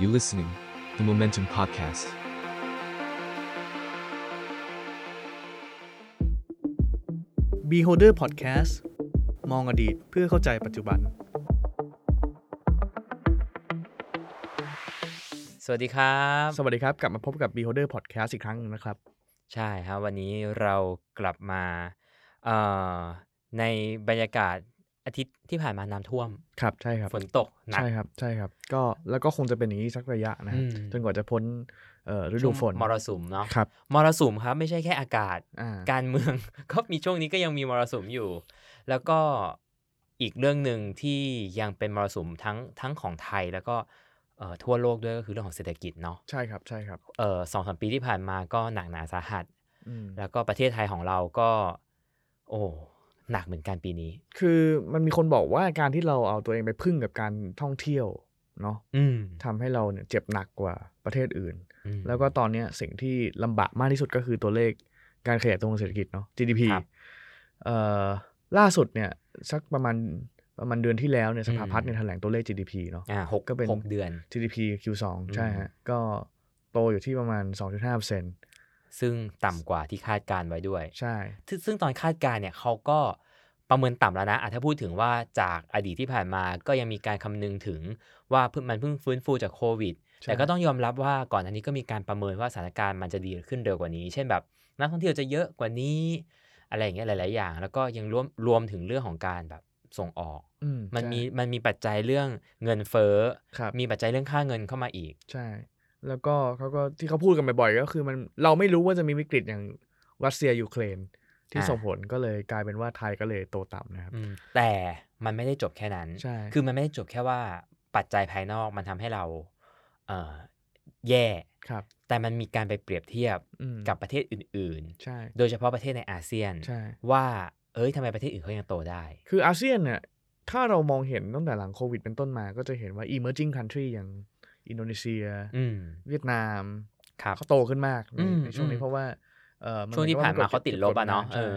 You listening, the Momentum Podcast. บีโฮเดอร์พอดแคสต์มองอดีตเพื่อเข้าใจปัจจุบัน สวัสดีครับ สวัสดีครับ กลับมาพบกับ Beholder Podcast อีกครั้งหนึ่งนะครับ ใช่ครับ วันนี้เรากลับมาเอ่อในบรรยากาศอาทิตย์ที่ผ่านมาน้ำท่วม ครับใช่ครับ ฝนตกหนัก ใช่ครับใช่ครับ ก็แล้วก็คงจะเป็นอย่างนี้สักระยะนะฮะ อืม จนกว่าจะพ้นเอ่อฤดูฝน มรสุมเนาะ ครับ มรสุมครับไม่ใช่แค่อากาศ อ่า การเมือง ก็มีช่วงนี้ก็ยังมีมรสุมอยู่ แล้วก็อีกเรื่องหนึ่งที่ยังเป็นมรสุมทั้งทั้งของไทยแล้วก็เอ่อทั่วโลกด้วยก็คือเรื่องของเศรษฐกิจเนาะ ใช่ครับใช่ครับ เอ่อสองสามปีที่ผ่านมาก็หนักหนาสาหัส อืม แล้วก็ประเทศไทยของเราก็ โอ้หนักเหมือนกันปีนี้ คือมันมีคนบอกว่าการที่เราเอาตัวเองไปพึ่งกับการท่องเที่ยวเนาะ อืม ทำให้เราเนี่ยเจ็บหนักกว่าประเทศอื่น อืม แล้วก็ตอนเนี้ยสิ่งที่ลำบากมากที่สุดก็คือตัวเลขการขยายตัวของเศรษฐกิจเนาะ GDP ครับ เอ่อล่าสุดเนี่ยสักประมาณประมาณเดือนที่แล้วเนี่ยสภาพัฒน์ อืม เนี่ยแถลงตัวเลข GDP เนาะ อ่าหก ก็เป็น หกเดือน GDP Q2 อืม ใช่ฮะ ก็โตอยู่ที่ประมาณ 2.5% ซึ่งต่ำกว่าที่คาดการไว้ด้วย ใช่ ซึ่งซึ่งตอนคาดการเนี่ยเขาก็ประเมินต่ำแล้วนะอ่ะถ้าพูดถึงว่าจากอดีตที่ผ่านมาก็ยังมีการคำนึงถึงว่าเพิ่งมันเพิ่งฟื้นฟูจากโควิด ใช่ แต่ก็ต้องยอมรับว่าก่อนอันนี้ก็มีการประเมินว่าสถานการณ์มันจะดีขึ้นเร็วกว่านี้ เช่นแบบนักท่องเที่ยวจะเยอะกว่านี้ อะไรอย่างเงี้ยหลาย ๆ อย่าง แล้วก็ยังรวมรวมถึงเรื่องของการแบบส่งออก อื มัน ใช่ มีมันมีปัจจัยเรื่องเงินเฟ้อ ครับ มีปัจจัยเรื่องค่าเงินเข้ามาอีก ใช่ แล้วก็เขาก็ที่เขาพูดกันบ่อยๆ ก็คือมันเราไม่รู้ว่าจะมีวิกฤตอย่างรัสเซียยูเครนที่ อ่า ส่งผลก็เลยกลายเป็นว่าไทยก็เลยโตต่ำนะครับ อืมแต่มันไม่ได้จบแค่นั้น ใช่ คือมันไม่ได้จบแค่ว่าปัจจัยภายนอกมันทำให้เราเอ่อแย่ ครับ แต่มันมีการไปเปรียบเทียบ อืม กับประเทศอื่น ใช่ ๆ โดยเฉพาะประเทศในอาเซียน ใช่ ว่า เอ้ยทำไมประเทศอื่นเขายังโตได้ คืออาเซียนเนี่ยถ้าเรามองเห็นตั้งแต่หลังโควิดเป็นต้นมา ก็จะเห็นว่า emerging country อย่างอินโดนีเซีย อืม เวียดนาม ครับ เขาโตขึ้นมากใน อืม ในช่วงนี้ อืม เพราะว่าเอ่อ ช่วงที่ผ่านมาเขาติดลบอะเนาะเอ ใช่ อ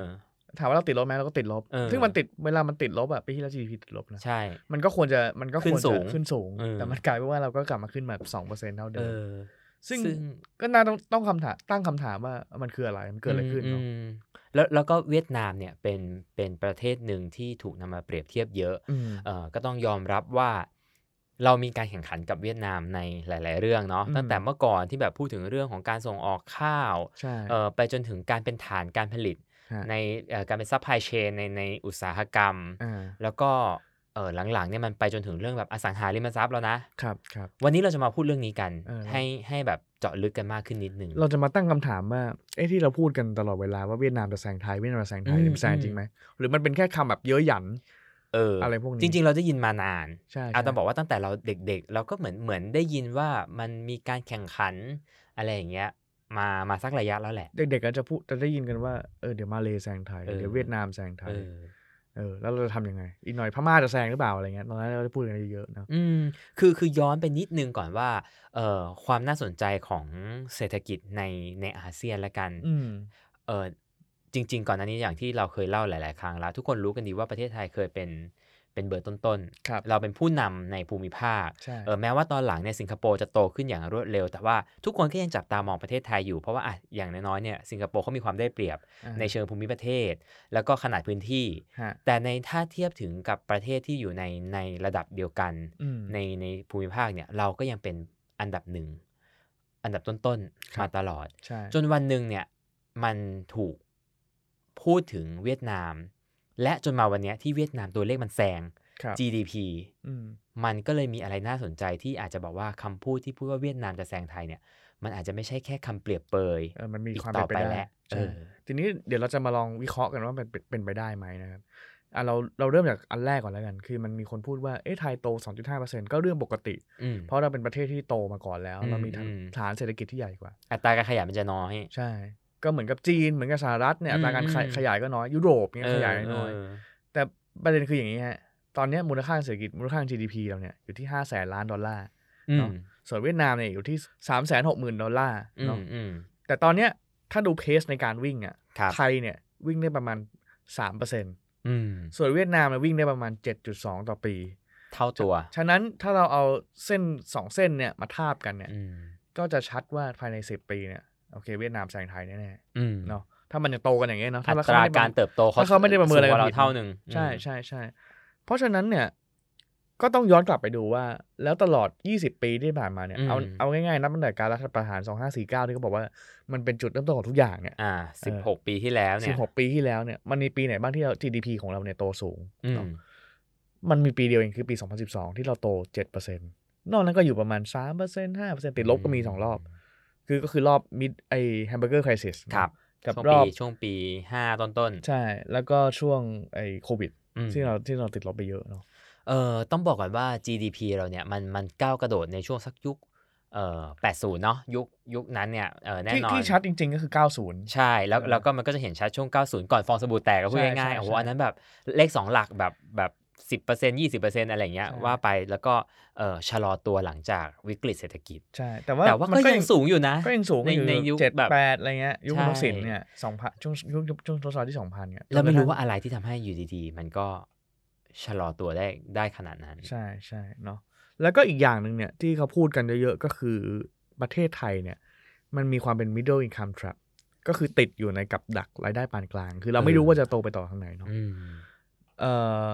ถามว่าเราติดลบไหมเราก็ติดลบ เออ ซึ่งมันติดเวลามันติดลบอะปีที่แล้ว GDP ติดลบนะ ใช่ มันก็ควรจะมันก็ควร ขึ้นสู จะ ง ขึ้นสูง เออ แต่มันกลายเป็นว่าเราก็กลับมาขึ้นแบบสองเปอร์เซ็นเท่า เอ เดิม อ ซึ่งก็น่าต้องต้องคำถามตั้งคำถามว่ามันคืออะไรมันเกิดอะไรขึ้น อื เนาะ มอืมแล้วแล้วก็เวียดนามเนี่ยเป็นเป็นประเทศหนึ่งที่ถูกนำมาเปรียบเทียบเยอะ อืม เอ่อก็ต้องยอมรับว่าเรามีการแข่งขันกับเวียดนามในหลาย ๆ เรื่องเนาะ อืม ตั้งแต่เมื่อก่อนที่แบบพูดถึงเรื่องของการส่งออกข้าว ใช่ เอ่อไปจนถึงการเป็นฐานการผลิต ฮะ ในเอ่อการเป็นซัพพลายเชนในในอุตสาหกรรม อ่า แล้วก็เอ่อหลัง ๆ เนี่ยมันไปจนถึงเรื่องแบบอสังหาริมทรัพย์แล้วนะ ครับครับ วันนี้เราจะมาพูดเรื่องนี้กัน เออ ให้ให้แบบเจาะลึกกันมากขึ้นนิดนึง เราจะมาตั้งคำถามว่าเอ้ที่เราพูดกันตลอดเวลาว่าเวียดนามจะแซงไทยเวียดนามจะแซงไทย อืม เนี่ยมันแซง อืม จริงไหมหรือมันเป็นแค่คำแบบเย้ยหยัน เอออะไร พวกนี้ จริง ๆ เราได้ยินมานาน ใช่ อา ใช่ ต้องบอกว่าตั้งแต่เราเด็ก ๆ เราก็เหมือนเหมือนได้ยินว่ามันมีการแข่งขันอะไรอย่างเงี้ยมามาสักระยะแล้วแหละ เด็กๆก็จะพูดจะได้ยินกันว่าเออเดี๋ยวมาเลแซงไทย เออ เดี๋ยวเวียดนามแซงไท เอย อ เออแล้วเราจะทำยังไง อีกหน่อยพม่าจะแซงหรือเปล่าอะไรเงี้ยตอนนั้นเราได้พูดกันเยอะๆเนอะ อืมคือคือย้อนไปนิดนึงก่อนว่าเอ่อความน่าสนใจของเศรษฐกิจในในอาเซียนละกัน อืม เออจริง ๆ ก่อนหน้านี้อย่างที่เราเคยเล่าหลาย ๆ ครั้งแล้ว ทุกคนรู้กันดีว่าประเทศไทยเคยเป็นเป็นเบอร์ต้น ครับ ๆเราเป็นผู้นำในภูมิภาค ใช่ เออแม้ว่าตอนหลังเนี่ยสิงคโปร์จะโตขึ้นอย่างรวดเร็ว แต่ว่าทุกคนก็ยังจับตามองประเทศไทยอยู่ เพราะว่าอ่ะอย่างน้อยๆเนี่ยสิงคโปร์เขามีความได้เปรียบ า ในเชิงภูมิประเทศ แล้วก็ขนาดพื้นที่ ฮะ แต่ในถ้าเทียบถึงกับประเทศที่อยู่ในในระดับเดียวกัน อืม ในในภูมิภาคเนี่ยเราก็ยังเป็นอันดับหนึ่งอันดับต้น ครับๆมาตลอด ใช่ จนวันหนึ่งเนี่ยมันถูกพูดถึงเวียดนาม และจนมาวันเนี้ยที่เวียดนามตัวเลขมันแซง ครับ GDP อืม มันก็เลยมีอะไรน่าสนใจที่อาจจะบอกว่าคำพูดที่พูดว่าเวียดนามจะแซงไทยเนี่ย มันอาจจะไม่ใช่แค่คำเปรียบเปย เออมันมี อีก ความ ต่ เป็ อน ไป ไป ได้ แล้วเอ ใช่ อ ทีนี้เดี๋ยวเราจะมาลองวิเคราะห์กันว่ามันเป็นเป็นไปได้ไหมนะครับอ่ะเราเราเริ่มจากอันแรกก่อนแล้วกัน คือมันมีคนพูดว่าเอ้ไทยโต 2.5%ก็เรื่องปกติ อืม เพราะเราเป็นประเทศที่โตมาก่อนแล้ว อืม เรามีฐาน อืม ฐานเศรษฐกิจที่ใหญ่กว่า อัตราการขยายมันจะน้อย ใช่ ก็เหมือนกับจีนเหมือนกับสหรัฐเนี่ย อื อั ม ตราการขยาย อืม ขยายก็น้อยยุโรปเนี่ย เออยขายน้อย เออ แต่ประเด็นคืออย่างนี้ฮะตอนเนี้ยมูลค่าเศรษฐกิจมูลค่า GDP เราเนี่ยอยู่ที่ 5 0 0แสนล้านดอลลาร์ อื เนาะ ม ส่วนเวียดนามเนี่ยอยู่ที่ 3 6 0 0 0 0ดอลลาร์ อื เนาะ มอืม แต่ตอนเนี้ยถ้าดูเพสในการวิ่งอ่ะ ครับ ไทยเนี่ยวิ่งได้ประมาณ 3% อืม ส่วนเวียดนามเนี่ยวิ่งได้ประมาณ 7.2 ต่อปี เท่าตัว ฉะนั้นถ้าเราเอาเส้นสองเส้นเนี่ยมาทาบกันเนี่ย อืม ก็จะชัดว่าภายในสิบปีเนี่ยโอเค เวียดนามแซงไทยแน่ อืม ๆเนาะถ้ามันยังโตกันอย่างเงี้ยเนาะ อั ถ้า ต เขา รา ไม่ได้ การเติบโตเขา ถ้าเขาไม่ได้ประเมินอะไร สูงกว่า ผิดเราเท่าหนึ่ง ใช่ อืม ใช่ใช่เพราะฉะนั้นเนี่ยก็ต้องย้อนกลับไปดูว่า แล้วตลอด 20 ปีที่ผ่านมาเนี่ยเอาเอาง่ายๆนับตั้งแต่การรัฐประหาร 2549 ที่เขาบอกว่ามันเป็นจุดเริ่มต้นของทุกอย่างเนี่ย อ่าสิบหกปีที่แล้วเนี่ย 16 ปีที่แล้วเนี่ยมันมีปีไหนบ้างที่เรา GDP ของเราเนี่ยโตสูง อืม เนาะมันมีปีเดียวเองคือปี 2012 ที่เราโต 7%นอกนั้นก็อยู่ประมาณ 3% 5%ติดลบก็มี 2 รอบ คือก็คือรอบมิดไอแฮมเบอร์เกอร์คริสิส ครับ กับ ช่วรงปี อบ ช่วงปีห้าต้นต้นๆ ใช่แล้วก็ช่วงไอโควิด อืม ที่เราที่เราติดลบไปเยอะเนาะ เอ่อต้องบอกก่อนว่า GDP เราเนี่ยมันมันก้าวกระโดดในช่วงสักยุคเอ่อ80 เนาะยุคยุคนั้นเนี่ยเอ่อแน่ ที่ นอน ที่ชัดจริง ๆ ก็คือ 90 ใช่ แล้ว เออ แล้วก็มันก็จะเห็นชัดช่วง 90 ก่อนฟองสบู่แตกก็พูด ใช่ ง่าย ใช่ ๆโอ้โห ใช่ อันนั้นแบบเลข 2 หลักแบบแบบสิบเปอร์เซ็นต์ยี่สิบเปอร์เซ็นต์อะไรอย่างเงี้ย ใช่ ว่าไปแล้วก็เอ่อชะลอตัวหลังจากวิกฤตเศรษฐกิจ ใช่ แต่ว่า แต่ว่าก็ยังสูงอยู่นะ ก็ยังสูง ใน อยู่ ในยุค เจ็ด แบบ แปดอะไรเงี้ยยุค ใช่ ทักษิณเนี่ยสองพันช่วงยุคยุคช่วงทศวรรษที่สองพันเนี่ย แล้วไม่รู้ว่าอะไรที่ทำให้อยู่ดีๆ มันก็ชะลอตัวได้ได้ขนาดนั้น ใช่ใช่เนาะแล้วก็อีกอย่างหนึ่งเนี่ย ที่เขาพูดกันเยอะๆ ก็คือประเทศไทยเนี่ย มันมีความเป็น middle income trap ก็คือติดอยู่ในกับดักรายได้ปานกลาง คือเราไม่รู้ว่าจะโตไปต่อทางไหนเนาะ อืม เอ่อ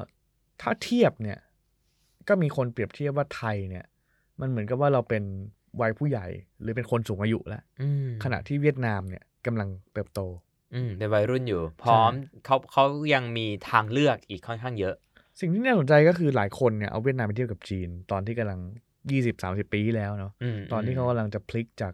ถ้าเทียบเนี่ย ก็มีคนเปรียบเทียบว่าไทยเนี่ย มันเหมือนกับว่าเราเป็นวัยผู้ใหญ่ หรือเป็นคนสูงอายุแล้ว อืม ขณะที่เวียดนามเนี่ยกำลังเติบโต อืมเป็นวัยรุ่นอยู่ พร้อมเขาเขายังมีทางเลือกอีกค่อนข้างเยอะ สิ่งที่น่าสนใจก็คือหลายคนเนี่ยเอาเวียดนามไปเทียบกับจีน ตอนที่กำลัง 20 30 ปีที่แล้วเนาะ อืม ตอนที่เขากำลังจะพลิกจาก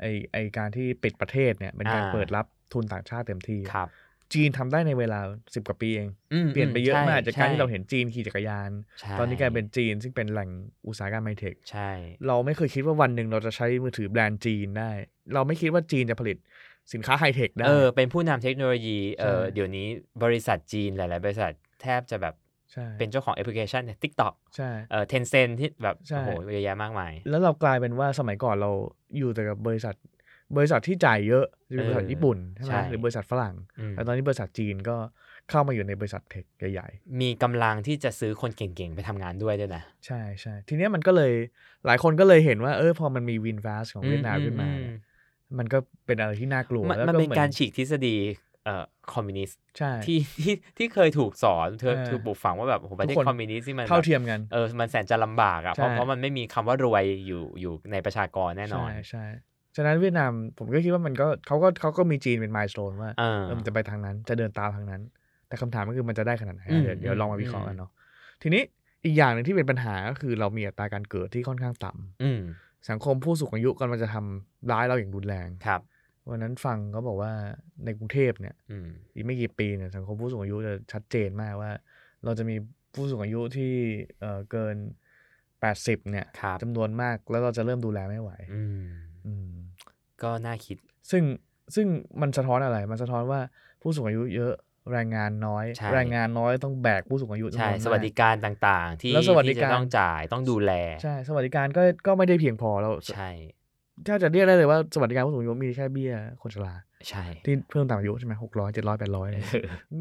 ไอไอการที่ปิดประเทศเนี่ยเป็นการ อ่า เปิดรับทุนต่างชาติเต็มที่ ครับ จีนทำได้ในเวลา 10 กว่าปีเอง อืม เปลี่ยนไปเยอะ ใช่ มากจากการที่เราเห็น ใ จีนขี่จักรยาน ช่ ตอนนี้กลายเป็นจีนซึ่งเป็นแหล่งอุตสาหกรรมไฮเทค ใช่ เราไม่เคยคิดว่าวันหนึ่งเราจะใช้มือถือแบรนด์จีนได้ เราไม่คิดว่าจีนจะผลิตสินค้าไฮเทคได้ เออเป็นผู้นำเทคโนโลยีเออ ใช่ เดี๋ยวนี้บริษัทจีนหลาย ๆ บริษัทแทบจะแบบ ใช่ เป็นเจ้าของแอปพลิเคชันทิกตอก ใช่ เออเทนเซนที่แบบ ใช่ โอ้โหเยอะแยะมากมาย แล้วเรากลายเป็นว่าสมัยก่อนเราอยู่แต่กับบริษัท บริษัทที่จ่ายเยอะจะเป็นบริษัท เออ ญี่ปุ่นใช่ไหม ใช่ หรือบริษัทฝรั่ง อืม แต่ตอนนี้บริษัทจีนก็เข้ามาอยู่ในบริษัทเทคใหญ่ มีกำลังที่จะซื้อคนเก่ง ๆ ไปทำงานด้วยด้วยนะ ๆ ใช่ใช่ทีเนี้ยมันก็เลยหลายคนก็เลยเห็นว่าเออพอมันมีวินฟาสของเวียดนามขึ้นมาเนี่ยมันก็เป็นอะไรที่น่ากลัว มัน แล้ว มัน ก็ เป็หนมือ การฉีกทฤษฎีเอ่อคอมมิวนิสต์ ใช่ ที่ ที่ที่เคยถูกสอนเธอ เออ ถูกปลูกฝังว่าแบบโอ้โหประเท ทุกศคน คอมมิวนิสต์ที่มันแบบ เท่าเทียมกัน เออ มันแสนจะลำบากอะ่ะ เพราะ ใช่ เพราะมันไม่มีคำว่ารวยอยู่อยู่ในประชากรแน่นอน ใช่ใช่ฉะนั้นเวียดนามผมก็คิดว่ามันก็เขาก็เขาก็มีจีนเป็นมายสโตนว่า เออ เออมันจะไปทางนั้นจะเดินตามทางนั้น แต่คำถามก็คือมันจะได้ขนาดไหน อืม เดี๋ยวเดี๋ยวลองมาวิเคราะห์ อืม กันเนาะทีนี้อีกอย่างหนึ่งที่เป็นปัญหาก็คือเรามีอัตราการเกิดที่ค่อนข้างต่ำ อืม สังคมผู้สูงอายุกำลันมันจะทำร้ายเราอย่างรุนแรง ครับ วันนั้นฟังเขาบอกว่าในกรุงเทพเนี่ย อืม อีกไม่กี่ปีเนี่ยสังคมผู้สูงอายุจะชัดเจนมากว่า เราจะมีผู้สูงอายุที่เอ่อเกิน 80เนี่ย ครับ จำนวนมากแล้วเราจะเริ่มดูแลไม่ไหว อืม อืม ก็น่าคิด ซึ่งซึ่งมันสะท้อนอะไร มันสะท้อนว่าผู้สูงอายุเยอะแรงงานน้อย ใช่ แรงงานน้อยต้องแบกผู้สูงอายุจำน ใช่ วนมาก สวัสดิการต่างๆ ที่ แล้วสวัสดิ ที่ กา จะ ร ต้องจ่ายต้องดูแล ใช่ สวัสดิการก็ก็ไม่ได้เพียงพอเรา ใช่ ถ้าจะเรียกได้เลยว่าสวัสดิการผู้สูงอายุมีแค่เบี้ยคนชรา ใช่ ที่เพิ่มตามอายุใช่ไหมหกร้อยเจ็ดร้อยแปดร้อย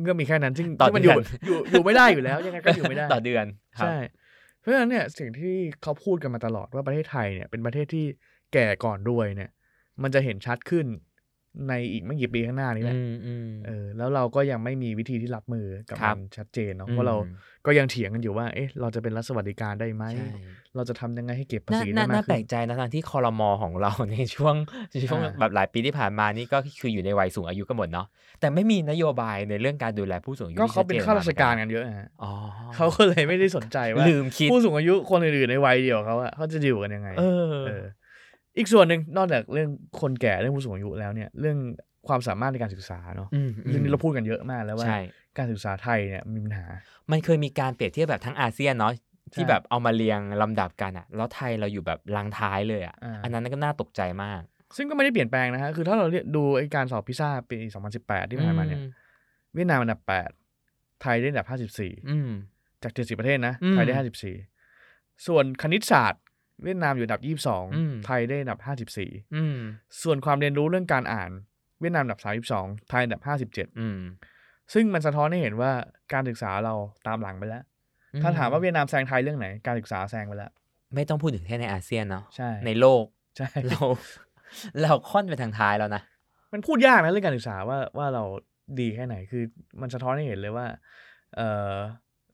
ก็มีแค่นั้นซึ่ง ต่อ ที่มั เดื อยู่ อน อยู่อยู่ไม่ได้อยู่แล้ว ยังไงก็อยู่ไม่ได้ ต่อเดือนครับ ใช่เพราะฉะนั้นเนี่ยสิ่งที่เขาพูดกันมาตลอดว่าประเทศไทยเนี่ยเป็นประเทศที่แก่ก่อนรวยเนี่ย มันจะเห็นชัดขึ้นในอีกไม่กี่ปีข้างหน้านี้แหละ อืมอืม เออแล้วเราก็ยังไม่มีวิธีที่รับมือกับ ครั มั บ นชัดเจนเนาะเพราะเรา อืม ก็ยังเถียงกันอยู่ว่า เอ๊ะ เราจะเป็นรัฐสวัสดิการได้ไหม ใช่ เราจะทำยังไงให้เก็บภา น่า ษี น่าน่ามได้าก แปล ขึ้น กใจนะทางที่คอรมอของเรา ในช่วง ช่วง อ่า แบบหลายปีที่ผ่านมานี่ก็คืออยู่ในวัยสูงอายุกันหมดเนาะแต่ไม่มีนโยบายในเรื่องการดูแลผู้สูงอายุ ก็ ที่ เขาเป็น ชัดจ ข้าราชการ มเหมือนน กันเยอะนะฮะ อ๋อ เขาก็เลยไม่ได้สนใจว่า ลืมคิด ผู้สูงอายุคนอื่นๆในวัยเดียวกับเขาอะเขาจะอยู่กันยังไง เออ เออ อีกส่วนหนึ่งนอกจากเรื่องคนแก่เรื่องผู้สูงอายุแล้วเนี่ย เรื่องความสามารถในการศึกษาเนาะ อืม เรื่องนี้เราพูดกันเยอะมากแล้วว่า ใช่ การศึกษาไทยเนี่ยมีปัญหา มันเคยมีการเปรียบเทียบแบบทั้งอาเซียนเนาะที่แบบเอามาเรียงลำดับกันอะแล้วไทยเราอยู่แบบลังท้ายเลยอะ อ่า อันนั้นก็น่าตกใจมาก ซึ่งก็ไม่ได้เปลี่ยนแปลงนะฮะ คือถ้าเราเรียกดูไอ้การสอบพิซซ่าปี 2018 ที่ผ่านมาเนี่ย เวียดนามอันดับ 8 ไทยได้อันดับ อืม 54 จาก 70 ประเทศนะ อืม ไทยได้ 54 ส่วนคณิตศาสตร์ เวียดนามอยู่อันดับ อืม 22 ไทยได้อันดับ อืม 54 ส่วนความเรียนรู้เรื่องการอ่าน เวียดนามอันดับ 32 ไทยอันดับ อืม 57 ซึ่งมันสะท้อนให้เห็นว่าการศึกษาเราตามหลังไปแล้ว อืม ถ้าถามว่าเวียดนามแซงไทยเรื่องไหน การศึกษาแซงไปแล้ว ไม่ต้องพูดถึงแค่ในอาเซียนเนาะ ใช่ ในโลก ใช่ เรา เราค่อนไปทางท้ายแล้วนะ มันพูดยากนะเรื่องการศึกษาว่าว่าเราดีแค่ไหนคือมันสะท้อนให้เห็นเลยว่าเออ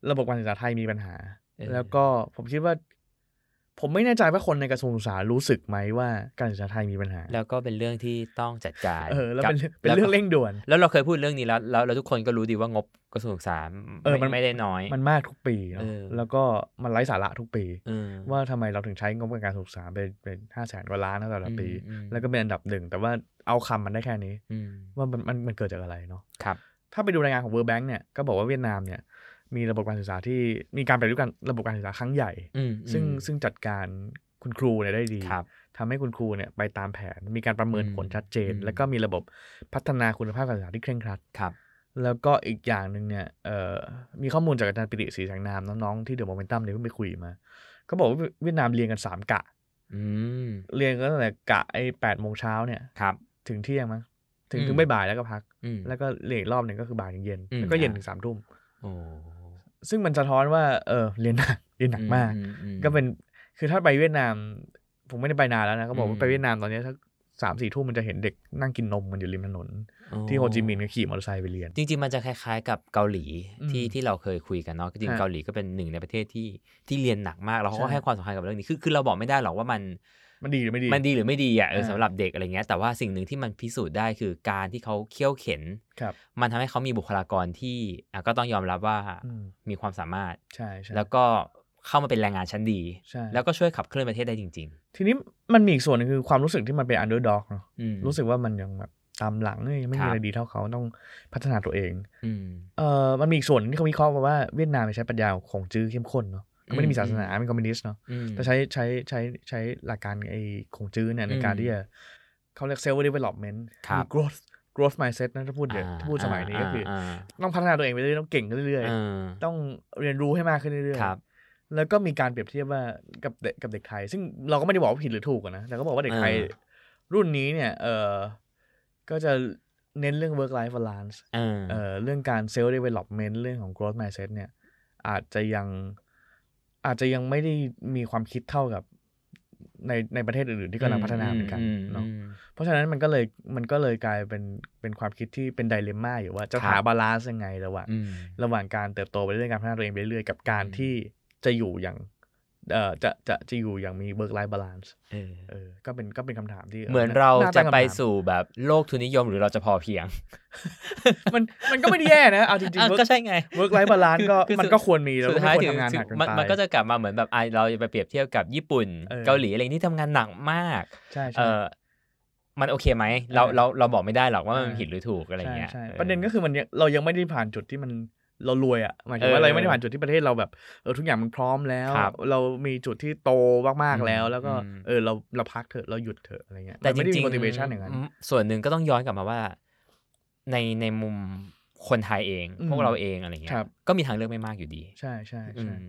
ระบบการศึกษาไทยมีปัญหา เออ แล้วก็ผมคิดว่า ผมไม่แน่ใจว่าคนในกระทรวงศึกษารู้สึกไหมว่าการศึกษาไทยมีปัญหา แล้วก็เป็นเรื่องที่ต้องจัดการ เออแล้ว กับ เป็นเป็นเรื่องเร่งด่วน แล้วเราเคยพูดเรื่องนี้แล้วแล้วแล้วทุกคนก็รู้ดีว่างบกระทรวงศึกษา เออ ไม่ มัน ไม่ได้น้อย มันมากทุกปีเนอะ เออ แล้วก็มันไร้สาระทุกปี เออ ว่าทำไมเราถึงใช้งบการศึกษาเป็นเป็นห้าแสนกว่าล้านนะแต่ละปี อืม แล้วก็เป็นอันดับหนึ่ง แต่ว่าเอาคำมันได้แค่นี้ อืม ว่ามันมันมันเกิดจากอะไรเนาะ ครับ ถ้าไปดูรายงานของ World Bank เนี่ยก็บอกว่าเวียดนามเนี่ยมีระบบการศึกษาที่มีการปฏิรูปการระบบการศึกษาครั้งใหญ่ อืม ซึ่ง อืม ซึ่งจัดการคุณครูเนี่ยได้ดี ครับ ทำให้คุณครูเนี่ยไปตามแผน มีการประเมินผล อืม ชัดเจน อืม แล้วก็มีระบบพัฒนาคุณภาพการศึกษาที่เคร่งครัด ครับ แล้วก็อีกอย่างหนึ่งเนี่ยเอ่อมีข้อมูลจากอาจารย์ปิติศรีแสงนามน้องๆที่เดอะโมเมนตัมเนี่ยเพิ่งไปคุยมาเขาบอกว่าเวียดนามเรียนกันสามกะ อืม เรียนกันตั้งแต่กะไอ้แปดโมงเช้าเนี่ย ครับ ถึงเที่ยงมั้งถึง อืม ถึงบ่ายๆแล้วก็พัก อืม แล้วก็เรียนอีกรอบหนึ่งก็คือบ่ายถึงเย็น อืม แล้วก็เย็น อ่ะ ถึงสามทุ่ม โอ้ ซึ่งมันสะท้อนว่าเออเรียนหนักเรียนหนักมาก อือืม ก็เป็นคือถ้าไปเวียดนาม ผมไม่ได้ไปนานแล้วนะเขาบอก อื ว่าม ไปเวียดนามตอนเนี้ยถ้าสามสี่ทุ่มมันจะเห็นเด็กนั่งกินนมกันอยู่ริมถนน โอ้ ที่โฮจิมินห์ก็ขี่มอเตอร์ไซค์ไปเรียน จริงๆ มันจะคล้ายๆ กับเกาหลี อืม ที่ที่เราเคยคุยกันเนาะจริงๆ ฮะ เกาหลีก็เป็นหนึ่งในประเทศที่ที่เรียนหนักมากแล้วเขาก็ ใช่ ให้ความสำคัญกับเรื่องนี้คือคือเราบอกไม่ได้หรอกว่ามัน มันดีหรือไม่ดี มันดีหรือไม่ดีอ่ะเออ อ่า สำหรับเด็กอะไรเงี้ยแต่ว่าสิ่งหนึ่งที่มันพิสูจน์ได้คือการที่เขาเคี่ยวเข็น ครับ มันทำให้เขามีบุคลากรที่อ่ะก็ต้องยอมรับว่า อืม มีความสามารถ ใช่ใช่ แล้วก็เข้ามาเป็นแรงงานชั้นดี ใช่ แล้วก็ช่วยขับเคลื่อนประเทศได้จริง ทีนี้มันมีอีกส่วนหนึงคือความรู้สึกที่มันเป็นอันเดอร์ด็อกเนาะ ๆ อืม รู้สึกว่ามันยังแบบตามหลังเอ้ยยังไม่ ครั มี บ อะไรดีเท่าเขาต้องพัฒนาตัวเอง อืม เอ่อมันมีอีกส่วนหนึ่งที่เขาวิเคราะห์มาว่าเวียดนามใช้ปัญญาของจื้อเข้มข้นเนาะก็ไม่ได้มีศาสนาเป็นคอมมิวนิสต์เนาะ อืม แต่ใช้ใช้ใช้ใช้หลักการไอ้ของจื้อเนี่ยใน อืม การที่จะเขาเรียกเซลฟ์เดเวล็อปเมนต์ ครับ มี growth growth mindset นะถ้าพูดเดี๋ยว อ่า ถ้าพูดสมัยนี้ก็คืออ อ่า ต้องพัฒนาตัวเองไปเรื่อยต้องเก่งขึ้นเรื่อย อ่า ๆต้องเรียนรู้ให้มากขึ้นเรื่อยๆ ครับ แล้วก็มีการเปรียบเทียบว่ากับเด็กกับเด็กไทย ซึ่งเราก็ไม่ได้บอกว่าผิดหรือถูกอะนะแต่ก็บอกว่าเด็กไทย เออ รุ่นนี้เนี่ยเออก็จะเน้นเรื่อง work life balance อ่า เออเรื่องการ self development เรื่องของ growth mindset เนี่ย อาจจะยังอาจจะยังไม่ได้มีความคิดเท่ากับในในประเทศอื่นๆ ที่กำลังพัฒนาเหมือนกัน ม เนาะ อืม เพราะฉะนั้นมันก็เลยมันก็เลยกลายเป็นเป็นความคิดที่เป็นไดเลมม่าอยู่ว่าจะ ครับ หาบาลานซ์ยังไงระหว่าง อืม ระหว่างการเติบโตไปเรื่อยๆการพัฒนาตัวเองไปเรื่อยๆกับการ อืม ที่จะอยู่อย่างเอ่อจะจะจะอยู่อย่างมีเบิร์กไลฟ์บาลานซ์ เออ เออก็เป็นก็เป็นคำถามที่ เหมือนเรา ตั้ง จะ คำถม ไปสู่แบบโลกทุนนิยมหรือเราจะพอเพียง มันมันก็ไม่ได้แย่นะ เอาจริงๆอ่ะเวิ ก็ ร์ก ใช่ไง เวิร์กไลฟ์บาลานซ์ก็ คือคือ มันก็ควรมีแล้ว สุด ก็ ท้าย ควร ถึง ทำงานหนักเกิน มัน ไป มันก็จะกลับมาเหมือนแบบอ่ะเราจะไปเปรียบเทียบกับญี่ปุ่น เออ เกาหลีอะไรที่ทำงานหนักมาก ใช่ เอ ใช่ อมันโอเคไหมเรา เออ เราเราบอกไม่ได้หรอกว่ามัน เออ ผิดหรือถูกอะไร ใช่ เงี้ย ใช่ ออ ประเด็นก็คือมันยังเรายังไม่ได้ผ่านจุดที่มันเรารวยอ่ะหมายถึง เออ ว่าเรายังไม่ได้ผ่านจุดที่ประเทศเราแบบเออทุกอย่างมันพร้อมแล้ว ครับ เรามีจุดที่โตมากๆแล้ว อืม แล้วก็ อืม เออเราเราพักเถอะเราหยุดเถอะอะไรเงี้ย แต่จ มันไม่ ริ ได้ ง มี ๆ motivation อย่างนั้น ส่วนหนึ่งก็ต้องย้อนกลับมาว่า ในในมุมคนไทยเอง อืม พวกเราเองอะไรเงี้ ครั ย บ ก็มีทางเลือกไม่มากอยู่ดี ใช่ใช่ อื ใช่ ม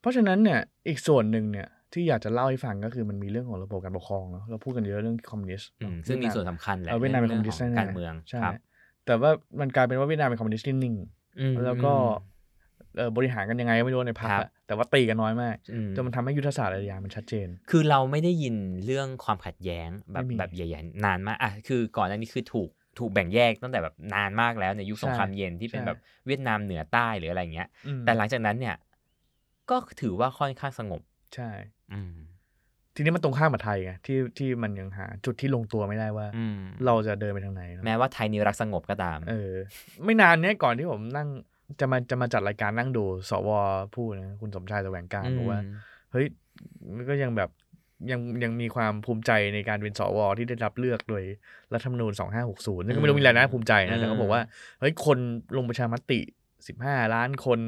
เพราะฉะนั้นเนี่ยอีกส่วนหนึ่งเนี่ยที่อยากจะเล่าให้ฟังก็คือมันมีเรื่องของระบบการปกครองเนาะเราพูดกันเยอะเรื่องคอมมิวนิสต์ อืมซึ่งมีส่วนสำคัญแหละ เออเวียดนามเป็นคอมมิวนิสต์ เรื่องขอแน่ๆงการเมือง ใช่ ครับ แต่ว่ามันกลายเป็นว่าเวียดนามเป็นคอมมิวนิสต์ที่นิ่ง อืม แล้วก็เอ่อบริหารกันยังไงก็ไม่รู้ในพรรค ครับ อะแต่ว่าตีกันน้อยมาก อืม จนมันทำให้ยุทธศาสตร์อะไรอย่างมันชัดเจน คือเราไม่ได้ยินเรื่องความขัดแย้งแบบ ไม่มี แบบใหญ่ๆนานมากอ่ะคือก่อนหน้านี้คือถูกถูกแบ่งแยกตั้งแต่แบบนานมากแล้วในยุคสงครามเย็นที่เป็น ใช่ แบบเวียดนามเหนือใต้หรืออะไรเงี้ย อืม แต่หลังจากนั้นเนี่ย ก็ถือว่าค่อนข้างสงบ ใช่ อืม ทีนี้มันตรงข้ามกับไทยไงที่ที่มันยังหาจุดที่ลงตัวไม่ได้ว่า อืม เราจะเดินไปทางไหนเนอะ แม้ว่าไทยนิรักสงบก็ตาม เออไม่นานเนี้ยก่อนที่ผมนั่งจะมาจะมาจัดรายการนั่งดูสวพูดนะคุณสมชายแสวงการ อืม บอกว่า เฮ้ยมันก็ยังแบบยังยังมีความภูมิใจในการเป็นสวที่ได้รับเลือกโดยรัฐธรรมนูญ 2560ซึ่งก็ไม่รู้มีอะไรนะภูมิใจนะแต่เขาบอกว่าเฮ้ยคนลงประชามติ 15 ล้านคน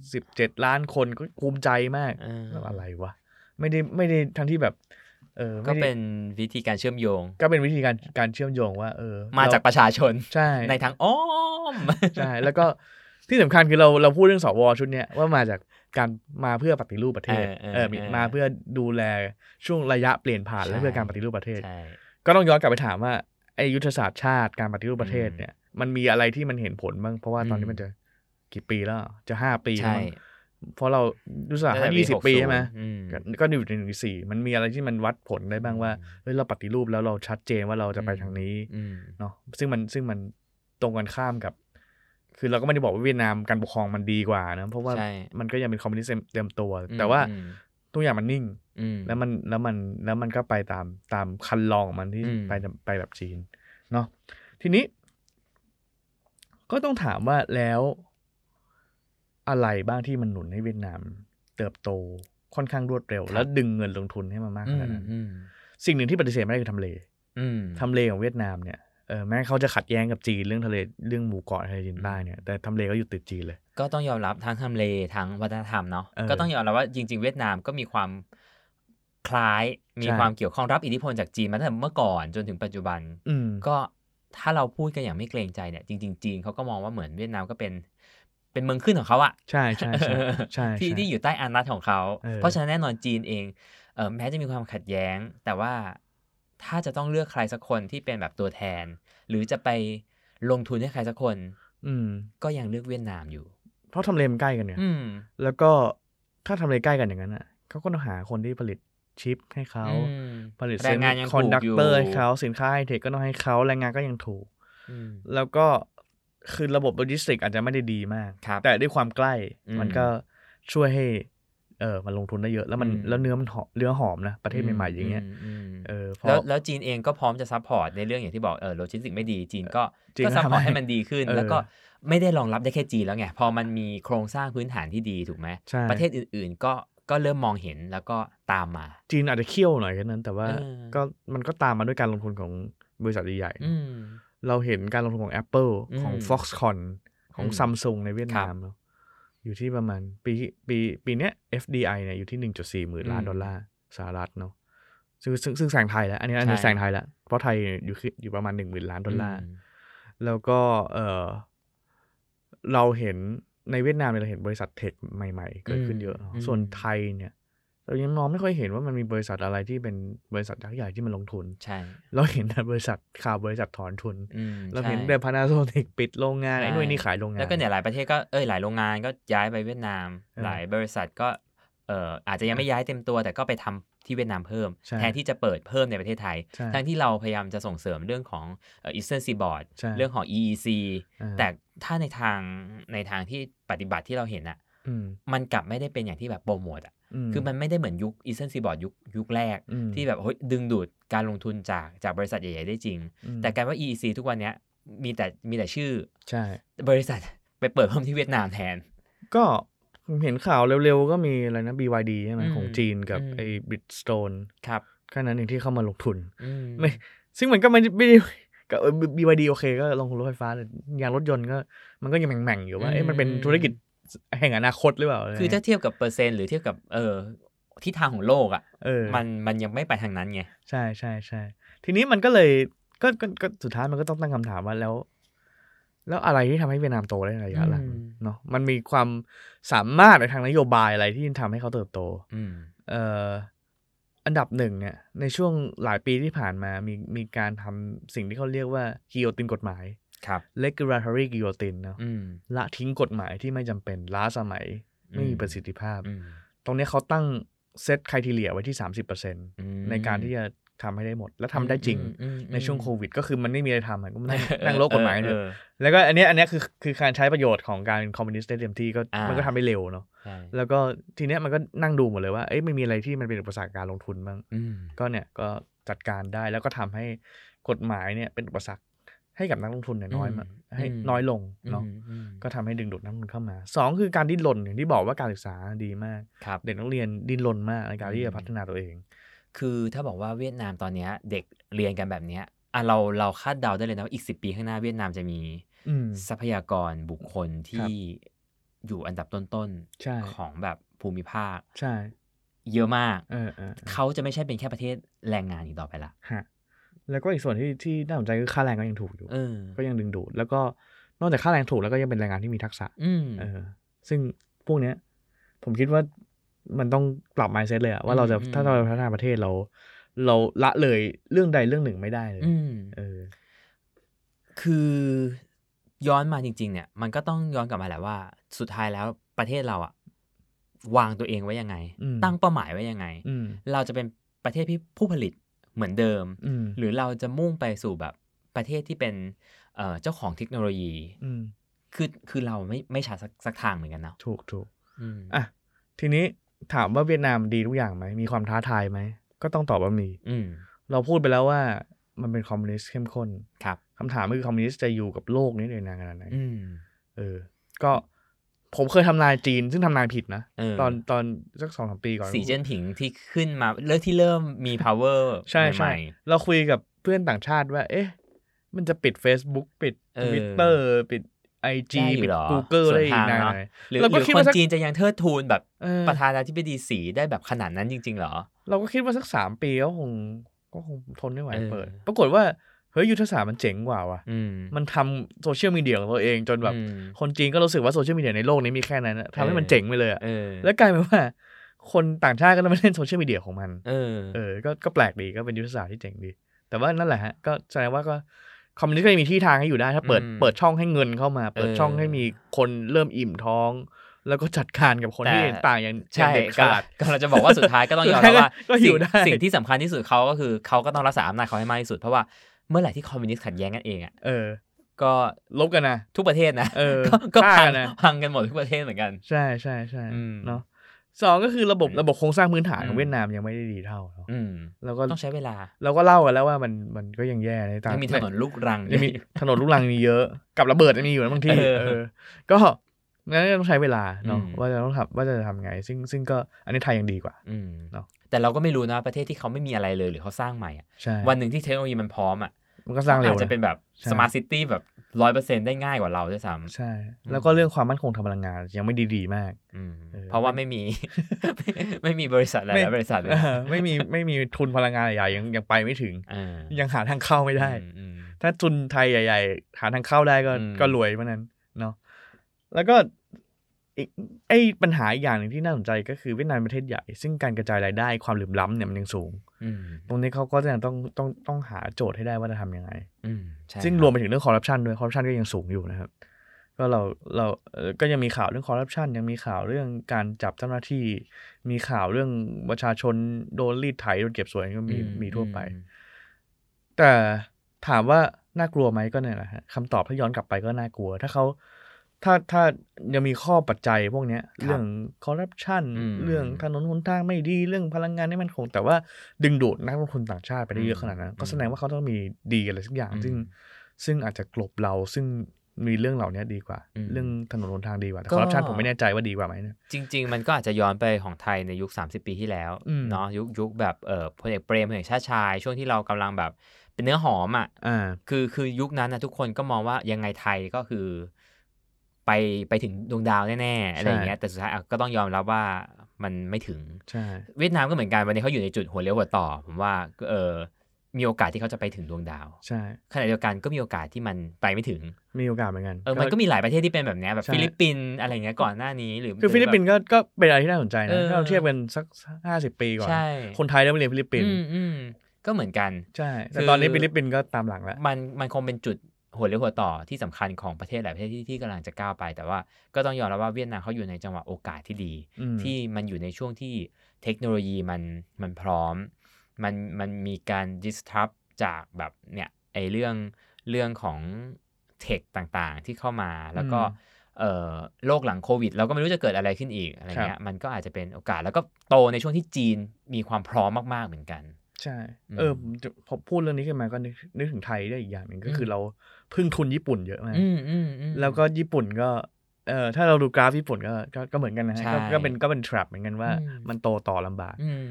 17 ล้านคนก็ภูมิใจมาก เออ แล้วอะไรวะไม่ได้ไม่ได้ทั้งที่แบบเออ ก็ ไม่ได้ เป็นวิธีการเชื่อมโยง ก็เป็นวิธีการการเชื่อมโยงว่า เออ มาจาก เ ประชาชน ใช่ ในทางอ้อม ใช่ แล้วก็ที่สำคัญคือเราเราพูดเรื่องสวชุดเนี้ยว่ามาจากการมาเพื่อปฏิรูปประเทศ เออเออ เออมี เออ มาเพื่อดูแลช่วงระยะเปลี่ยนผ่าน ใช่ และเพื่อการปฏิรูปประเทศ ใช่ ก็ต้องย้อนกลับไปถามว่าไอยุทธศาสตร์ชาติการปฏิรูปประเทศ อืม เนี่ยมันมีอะไรที่มันเห็นผลบ้างเพราะว่าตอน อื นี้ ม มันจะกี่ปีแล้วจะห้าปีแล้ว ใช่ มั้ง เพราะเรารู้สึก ตั้งแต่ ห้ายี่สิบ 60 ปีใช่ไหม อืม ก็ก็อยู่ในหนึ่งสี่มันมีอะไรที่มันวัดผลได้บ้างว่าเฮ้ยเราปฏิรูปแล้วเราชัดเจนว่าเราจะไป อืม ทางนี้ อืม เนาะซึ่งมันซึ่งมันตรงกันข้ามกับ คือเราก็ไม่ได้บอกว่าเวียดนามการปกครองมันดีกว่านะเพราะว่า ใช่ มันก็ยังเป็นคอมมิวนิสต์เต็มตัว อืม แต่ว่า อืม ทุกอย่างมันนิ่ง อืม แล้วมันแล้วมันแล้วมันก็ไปตามตามคันลองของมันที่ อืม ไปไปแบบจีนเนาะทีนี้ ก็ต้องถามว่าแล้วอะไรบ้างที่มันหนุนให้เวียดนาม เติบโตค่อนข้างรวดเร็ว แล้วดึงเงินลงทุนให้มามาก อื ข ม นาดนั้น อืม สิ่งหนึ่งที่ปฏิเสธไม่ได้คือทำเล อืม ทำเลของเวียดนามเนี่ยเออแม้เขาจะขัดแย้งกับจีนเรื่องทะเลเรื่องหมู่เกาะทะเลจีนใต้เนี่ยแต่ทำเลก็อยู่ติดจีนเลย ก็ต้องยอมรับทั้งทำเลทั้งวัฒนธรรมเนาะ เออ ก็ต้องยอมรับว่าจริง ๆ เวียดนามก็มีความคล้ายมี ใช่ ความเกี่ยวข้องรับอิทธิพลจากจีนมาตั้งแต่เมื่อก่อนจนถึงปัจจุบัน อืม ก็ถ้าเราพูดกันอย่างไม่เกรงใจเนี่ยจริง ๆ จีนเขาก็มองว่าเหมือนเวียดนามก็เป็น เป็นเมืองขึ้นของเขาอะ ใช่ใช่ใช่ใช่ ที่ ใช่ ที่อยู่ใต้อานัตของเขา เออ เพราะฉะนั้นแน่นอนจีนเองเอ่อแม้จะมีความขัดแย้ง แต่ว่าถ้าจะต้องเลือกใครสักคนที่เป็นแบบตัวแทน หรือจะไปลงทุนให้ใครสักคน อืม ก็ยังเลือกเวียดนามอยู่ เพราะทำเลมันใกล้กันเนี่ย อืม แล้วก็ถ้าทำเลใกล้กันอย่างนั้นอ่ะเขาก็ต้องหาคนที่ผลิตชิปให้เขา อืม ผลิต แรงงานยัง คอน ถูก ดัก อยู่ เตอร์ให้เขาสินค้าไอเทคก็ต้องให้เขาแรงงานก็ยังถูก อืม แล้วก็คือระบบโลจิสติกส์อาจจะไม่ได้ดีมาก ครับ แต่ด้วยความใกล้ อืม มันก็ช่วยให้เออมันลงทุนได้เยอะ แล้วมัน อืม แล้วเนื้อมันหอมเนื้อหอมนะ ประเทศใหม่ ๆ อย่างเงี้ย มอืม เออเพ แล้ว ราะ แล้วจีนเองก็พร้อมจะซัพพอร์ตในเรื่องอย่างที่บอกเออโลจิสติกส์ไม่ดีจีนก็ จีน ก็ ก็ ซัพพอทำร์ตให้ ให้มันดีขึ้น เออ แล้วก็ไม่ได้รองรับได้แค่จีนแล้วไง พอมันมีโครงสร้างพื้นฐานที่ดีถูกไหม ใช่ ประเทศอื่นๆ ก็ก็เริ่มมองเห็นแล้วก็ตามมา จีนอาจจะเคี่ยวหน่อยแค่นั้น แต่ว่า เออ ก็มันก็ตามมาด้วยการลงทุนของบริษัทใหญ่ๆ อืม เราเห็นการลงทุนของ Apple อืม ของ Foxconn ของ อืม Samsung ในเวียดนา ครั ม บ เนอะอยู่ที่ประมาณปีปีปีเนี้ย FDI เนี่ยอยู่ที่ 1.4 หมื่นล้าน อืม ดอลลาร์สหรัฐเนาะซึ่งซึ่งซึ่งแซงไทยแล้ว อันนี้อันนี้ ใช่ แซงไทยแล้ว เพราะไทยอยู่ที่อยู่ประมาณ 1 0,000 ล้านดอลลาร์ ม แล้วก็เออเราเห็นในเวียดนามเนี่ยเราเห็นบริษัทเทคใหม่ๆ เกิดขึ้นเยอะเนอะส่วนไทยเนี่ย เรายังมองไม่ค่อยเห็นว่ามันมีบริษัทอะไรที่เป็นบริษัทยักษ์ใหญ่ที่มันลงทุน ใช่ เราเห็นแต่บริษัทข่าวบริษัทถอนทุน อืม เราเห็น ใช่ แต่พานาโซนิกปิดโรงงาน ใช่ ไอ้หน่วยนี่ขายโรงงาน แล้วก็เนี่ยหลายประเทศก็เอ้ยหลายโรงงานก็ย้ายไปเวียดนาม เออ หลายบริษัทก็เอ่ออาจจะยังไม่ย้ายเต็มตัว แต่ก็ไปทำที่เวียดนามเพิ่ม ใช่ แทนที่จะเปิดเพิ่มในประเทศไทย ใช่ ทั้งที่เราพยายามจะส่งเสริมเรื่องของเอ่อ Eastern Seaboard ใช่ เรื่องของ EEC อ่า แต่ถ้าในทางในทางที่ปฏิบัติที่เราเห็นอะ อืม มันกลับไม่ได้เป็นอย่างที่แบบโปรโมทอะคือมันไม่ได้เหมือนยุค Eastern Seaboard ยุคยุคแรก อืม ที่แบบเฮ้ยดึงดูดการลงทุนจากจากบริษัทใหญ่ๆได้จริง อืม แต่กลารว่า EEC ทุกวันเนี้ยมีแต่มีแต่ชื่อ ใช่ บริษัท ไปเปิดเพิ่มที่เวียดนามแทน ก็ผมเห็นข่าวเร็วๆ ก็มีอะไรนะ BYD ใช่ไหม อืม ของจีนกับ อืม ไอ้บิตสโตน ครับ แค่นั้นเองที่เข้ามาลงทุน อืม ไม่ ซึ่งมันก็ไม่ไม่ได้ก็ BYD โอเคก็ลงทุนรถไฟฟ้าแต่ยางรถยนต์ก็ มันก็ยังแหม่งๆ อยู่ว่าเอ๊ะมันเป็นธุรกิจแห่งอนาคตหรือเปล่า คือถ้าเทียบกับเปอร์เซ็นต์หรือเทียบกับเออทิศทางของโลกอ่ะ เออ มันมันยังไม่ไปทางนั้นไง ใช่ใช่ใช่ทีนี้มันก็เลยก็ก็ก็สุดท้ายมันก็ต้องตั้งคำถามว่าแล้ว แล้วอะไรที่ทำให้เวียดนามโตได้ในระยะหลัง อืม เนาะมันมีความสามารถในทางนโยบายอะไรที่ทำให้เขาเติบโต อืม เอ่ออันดับหนึ่งเนี่ย ในช่วงหลายปีที่ผ่านมามีมีการทำสิ่งที่เขาเรียกว่ากิโยตินกฎหมาย ครับ regulatory guillotine เนาะ อืม ละทิ้งกฎหมายที่ไม่จำเป็นล้าสมัย ไม่มีประสิทธิภาพ อืม ตรงเนี้ยเขาตั้งเซตค r i ทีเลียไว้ที่ 30% อืม ในการที่จะทำให้ได้หมด และทำได้จริง อืมอืม ในช่วงโควิด ก็คือมันไม่มีอะไรทำอะก็นั่ง เออ นั่งโลกกฎหมายกันเถ เอ อะ อ แล้วก็อันเนี้ยอันเนี้ยคือคือการใช้ประโยชน์ของการเป็นคอมมิวนิสต์ได้เต็มที่ก็ อ่ามั มันก็ทำได้เร็วเนาะ ใช่ แล้วก็ทีเนี้ยมันก็นั่งดูหมดเลยว่าเอ้ยมันมีอะไรที่มันเป็นอุปสรรคการลงทุนบ้าง อืม ก็เนี่ยก็จัดการได้แล้วก็ทำให้กฎหมายเนี่ยเป็นอุปสรรคให้กับนักลงทุนเนี่ยน้อยมากให้น้อยลงเนาะ อืมอืม ก็ทำให้ดึงดูดนักลงทุนเข้ามาสองคือการดิ้นรนอย่างที่บอกว่าการศึกษาดีมาก ครับ เด็กนักเรียนดิ้นรนมากในการที่จะพัฒนาตัวเอง คือถ้าบอกว่าเวียดนามตอนเนี้ยเด็กเรียนกันแบบเนี้ยอ่ะเราเราคาดเดาได้เลยนะว่าอีกสิปีข้างหน้าเวียดนามจะมี อืม ทรัพยากรบุคคล ครั ที่ บ อยู่อันดับต้น ใช่ ๆของแบบภูมิภาค ใช่ เยอะมาก เออเออเออ เขาจะไม่ใช่เป็นแค่ประเทศแรงงานอีกต่อไปละ ฮะแล้วก็อีกส่วนที่ที่น่าสนใจคือค่าแรงก็ยังถูกอยู่ เออ ก็ยังดึงดูด แล้วก็นอกจากค่าแรงถูกแล้วก็ยังเป็นแรงงานที่มีทักษะ อืม เออซึ่งพวกเนี้ย ผมคิดว่ามันต้องปรับ mindset เลยอะว่าเราจะ อืม ถ้าเราพัฒนาประเทศเรา เราละเลยเรื่องใดเรื่องหนึ่งไม่ได้เลย อืม เออ คือย้อนมาจริง ๆ เนี่ย มันก็ต้องย้อนกลับมาแหละว่า สุดท้ายแล้วประเทศเราอะ วางตัวเองไว้ยังไง อืม ตั้งเป้าหมายไว้ยังไง อืม เราจะเป็นประเทศที่ผู้ผลิตเหมือนเดิม อืม หรือเราจะมุ่งไปสู่แบบประเทศที่เป็นเอ่อเจ้าของเทคโนโลยี อืม คือคือเราไม่ไม่ชัดสักสักทางเหมือนกันเนาะ ถูกถูก อืม อ่ะทีนี้ถามว่าเวียดนามดีทุกอย่างไหมมีความท้าทายไหมก็ต้องตอบว่ามี อืม เราพูดไปแล้วว่ามันเป็นคอมมิวนิสต์เข้มข้น ครับ คำถามคือคอมมิวนิสต์จะอยู่กับโลกนี้ในนานขนาดไหน อืม เออ ก็ผมเคยทำนายจีน ซึ่งทำนายผิดนะ เออ ตอนตอนสักสองสามปีก่อน สีเจิ้นผิงที่ขึ้นมาเริ่มที่เริ่มมี power ใช่ใช่ หม่ เราคุยกับเพื่อนต่างชาติว่า เอ๊ะ มันจะปิด Facebook ปิด เออ Twitter ปิด IG ได้อยู่ ปิด เหรอ Google ส่วน ได้อีก ทาง นาน เนอะ ไหน หรือห เราก็ รือ คิด คน ว่าสัก จีนจะยังเทิดทูนแบบ เออ ประธานาธิบดีสีได้แบบขนาดนั้นจริง ๆ เหรอ เราก็คิดว่าสักสามปีก็คงก็คงทนไม่ไหว เออ เปิด ปรากฏว่า เฮ้ย ยุทธศาสตร์มันเจ๋งกว่าว่ะ อืม มันทำโซเชียลมีเดียของตัวเองจนแบบ อืม คนจีนก็รู้สึกว่าโซเชียลมีเดียในโลกนี้มีแค่นั้นอะทำให้มัน เออ เจ๋งไปเลยอะ เออ แล้วกลายเป็นว่า คนต่างชาติก็ต้องมาเล่นโซเชียลมีเดียของมัน เออ เออ ก็ก็แปลกดี ก็เป็นยุทธศาสตร์ที่เจ๋งดี แต่ว่านั่นแหละฮะ ก็แสดงว่าก็คอมมิวนิสต์ก็ยังมีที่ทางให้อยู่ได้ ถ้าเปิด อืม เปิดช่องให้เงินเข้ามา เปิด เออ ช่องให้มีคนเริ่มอิ่มท้อง แล้วก็จัดการกับคน แต่ ที่เห็นต่างอย่างอย่า ใช่ งเด็ด ก็ ขาด ก็เราจะบอกว่าสุดท้ายก็ต้องยอมรับว่า ก็อยู่ได้สิ่งสิ่งที่สำคัญที่สุดเขาก็คือเขาก็ต้องรักษาอำนาจเขาให้มากที่สุดเพราะว่าเมื่อไหร่ที่คอมมิวนิสต์ขัดแย้งกันเองอ่ะ เออ ก็ ลบกันนะ ทุกประเทศนะ เออ ก็ก็ ฆ่า พักันงนะ พังกันหมดทุกประเทศเหมือนกัน ใช่ใช่ใช่ อืม เนาะสองก็คือระบบระบบโครงสร้างพื้นฐานขอ อื ง ม เวียดนามยังไม่ได้ดีเท่าเนอะ อืม แล้วก็ ต้องใช้เวลา เราก็เล่ากันแล้วว่ามันมันก็ยังแย่ในต่าง ยังมีถนนลูกรัง ยังมี อยู่ ถนนลูกรังมีเยอะ กับระเบิดยังมีอยู่นะบางที่ เออ เออ ก็งั้นก็ต้องใช้เวลาเนาะ อืม ว่าจะต้องทำว่าจะทำไง ซึ่งซึ่งก็อันนี้ไทยยังดีกว่า อืม เนอะ แต่เราก็ไม่รู้นะประเทศที่เขาไม่มีอะไรเลยหรือเขาสร้างใหม่อะ ใช่ วันหนึ่งที่เทคโนโลยีมันพร้อมอ่ะ มันก็สร้างเร็ อาว จจะเป็น นะ แบบ ใช่ สมาร์ทซิตี้แบบร้อยเปอร์เซ็นต์ได้ง่ายกว่าเราด้วยซ้ ใช่ แล้วก็เรื่องความมั่นคงทางพลังงานยังไม่ดีดีๆมาก ำอืม เออ เพราะว่าไม่มี ไม่มีบริษัทหลายๆบริษัทเลย เอ นะ อไม่มีไม่มีทุนพลังงานใหญ่ๆยังยังไปไม่ถึง อ่า ยังหาทางเข้าไม่ได้ อืม ถ้าทุนไทยใหญ่ ๆ หาทางเข้าได้ก็ อืม ก็รวยเพราะนั้นเนาะแล้วก็อีกไอ้ปัญหาอีกอย่างหนึ่งที่น่าสนใจก็คือเวียดนามเป็นประเทศใหญ่ ซึ่งการกระจายรายได้ความเหลื่อมล้ำเนี่ยมันยังสูง อืม ตรงนี้เขาก็จะต้องต้องต้องหาโจทย์ให้ได้ว่าจะทำยังไง อืมใช่ ซึ่งรวมไปถึงเรื่องคอร์รัปชันด้วยคอร์รัปชันก็ยังสูงอยู่นะครับ ก็เราเราเอ่อก็ยังมีข่าวเรื่องคอร์รัปชันยังมีข่าวเรื่องการจับเจ้าหน้าที่ มีข่าวเรื่องประชาชนโดนรีดไถโดนเก็บสวยก็มี อื มีทั่วไป อืม แต่ถามว่าน่ากลัวไหมก็เนี่ยแหละฮะคำตอบถ้าย้อนกลับไปก็น่ากลัว ถ้าเขาถ้าถ้ายังมีข้อปัจจัยพวกเนี้ย เรื่องคอร์รัปชันเรื่องถนนหนทางไม่ดีเรื่องพลังงานไม่มั่นคง แต่ว่าดึงดูดนักลงทุนต่างชาติไปได้เยอะขนาดนั้น ก็แสดงว่าเขาต้องมีดีอะไรสักอย่าง อืม ซึ่งซึ่งอาจจะกลบเราซึ่งมีเรื่องเหล่านี้ดีกว่า อืม เรื่องถนนหนทางดีกว่าแต่ ก็ คอร์รัปชันผมไม่แน่ใจว่าดีกว่าไหมเนี่ย จริง ๆ มันก็อาจจะย้อนไปของไทยในยุค 30 ปีที่แล้ว อืม เนาะยุคยุคแบบเอ่อพลเอกเปรมพลเอกชาติชาย ช่วงที่เรากำลังแบบเป็นเนื้อหอมอ่ะ อ่า คือคือยุคนั้นนะทุกคนก็มองว่ายังไงไทยก็คือ ไปไปถึงดวงดาวแน่ๆอะไรอย่างเงี้ยแต่สุดท้ายอ่ะก็ต้องยอมรับว่ามันไม่ถึง ใช่ เวียดนามก็เหมือนกันวันนี้เขาอยู่ในจุดหัวเลี้ยวหัวต่อ ผมว่าเออมีโอกาสที่เขาจะไปถึงดวงดาว ใช่ ขณะเดียวกันก็มีโอกาสที่มันไปไม่ถึง มีโอกาสเหมือนกัน เออมันก็มีหลายประเทศที่เป็นแบบเนี้ยแบบ ใช่ ฟิลิปปินส์อะไรอย่างเงี้ยก่อนหน้านี้หรือ คือฟิลิปปินส์ก็ก็เป็นอะไรที่น่าสนใจ เอ นะ อ ถ้าเราเทียบกันสักห้าสิบปีก่อน ใช่ คนไทยได้ไปเรียนฟิลิปปินส์ อืมอืมก็เหมือนกัน ใช่แต่ คือ ตอนนี้ฟิลิปปินส์ก็ตามหลังแล้ว มันมันคงเป็นจุดหัวเรือหัวต่อที่สำคัญของประเทศหลายประเทศที่ที่กำลังจะก้าวไป แต่ว่าก็ต้องยอมรับว่าเวียดนามเขาอยู่ในจังหวะโอกาสที่ดี อืม ที่มันอยู่ในช่วงที่เทคโนโลยีมันมันพร้อม มันมันมีการ disrupt จากแบบเนี่ยไอเรื่องเรื่องของเทคต่างๆ ที่เข้ามาแล้วก็ อืม เอ่อโลกหลังโควิด เราก็ไม่รู้จะเกิดอะไรขึ้นอีกอะไรเงี้ยมันก็อาจจะเป็นโอกาสแล้วก็โตในช่วงที่จีนมีความพร้อมมาก ๆเหมือนกัน ใช่ อืม เออผมจะพอพูดเรื่องนี้ขึ้นมาก็นึกนึกถึงไทยได้อีกอย่างหนึ่งก็คือ ม เราพึ่งทุนญี่ปุ่นเยอะมาก อืมอืมอืม แล้วก็ญี่ปุ่นก็เออถ้าเราดูกราฟญี่ปุ่นก็ก็ก็เหมือนกันนะฮะ ใช่ ก็ก็เป็นก็เป็น trap เหมือนกันว่า อืม มันโตต่อลำบาก อืม